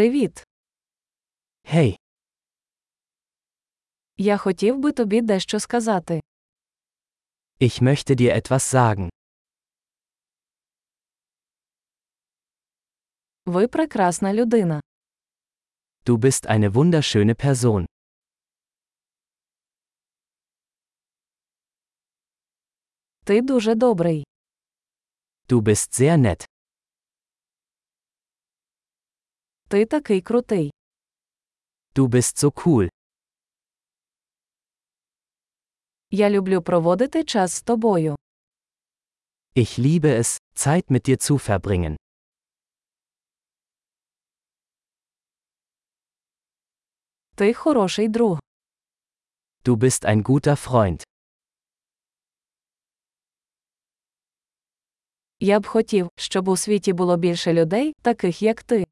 Привіт. Гей, Я хотів би тобі дещо сказати. ich möchte dir etwas sagen. Ви прекрасна людина. Du bist eine wunderschöne Person. Ти дуже добрий. Du bist sehr nett. Ти такий крутий. Du bist so cool. Я люблю проводити час з тобою. Ich liebe es, Zeit mit dir zu verbringen. Ти хороший друг. Du bist ein guter Freund. Я б хотів, щоб у світі було більше людей, таких як ти.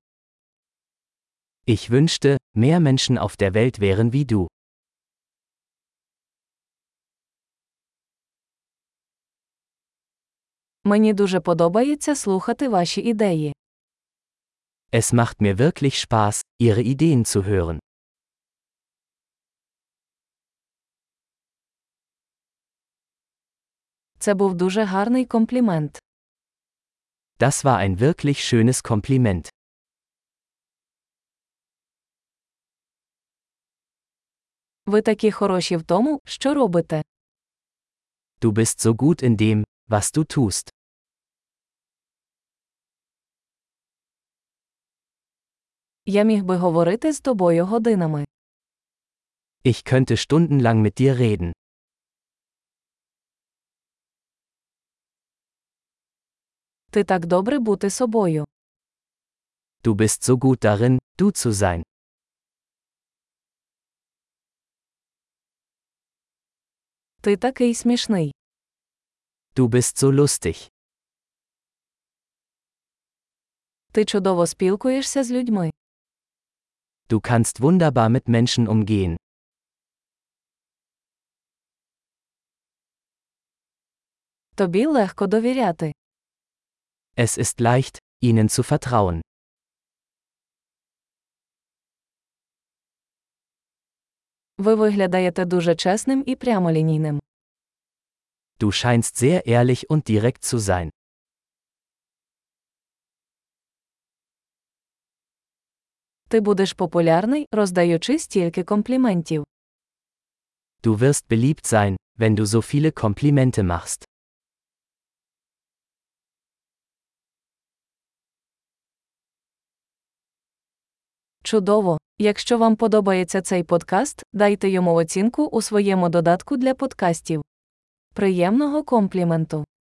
Ich wünschte, mehr Menschen auf der Welt wären wie du. Мені дуже подобається слухати ваші ідеї. Es macht mir wirklich Spaß, ihre Ideen zu hören. Це був дуже гарний комплімент. Das war ein wirklich schönes Kompliment. Ви такі хороші в тому, що робите. Du bist so gut in dem, was du tust. Я міг би говорити з тобою годинами. Ich könnte stundenlang mit dir reden. Ти так добре бути собою. Du bist so gut darin, du zu sein. Ти такий смішний. Du bist so lustig. Ти чудово спілкуєшся з людьми. Du kannst wunderbar mit Menschen umgehen. Тобі легко довіряти. Es ist leicht, ihnen zu vertrauen. Ви виглядаєте дуже чесним і прямолінійним. Du scheinst sehr ehrlich und direkt zu sein. Ти будеш популярний, роздаючи стільки компліментів. Du wirst beliebt sein, wenn du so viele Komplimente machst. Чудово! Якщо вам подобається цей подкаст, дайте йому оцінку у своєму додатку для подкастів. Приємного компліменту!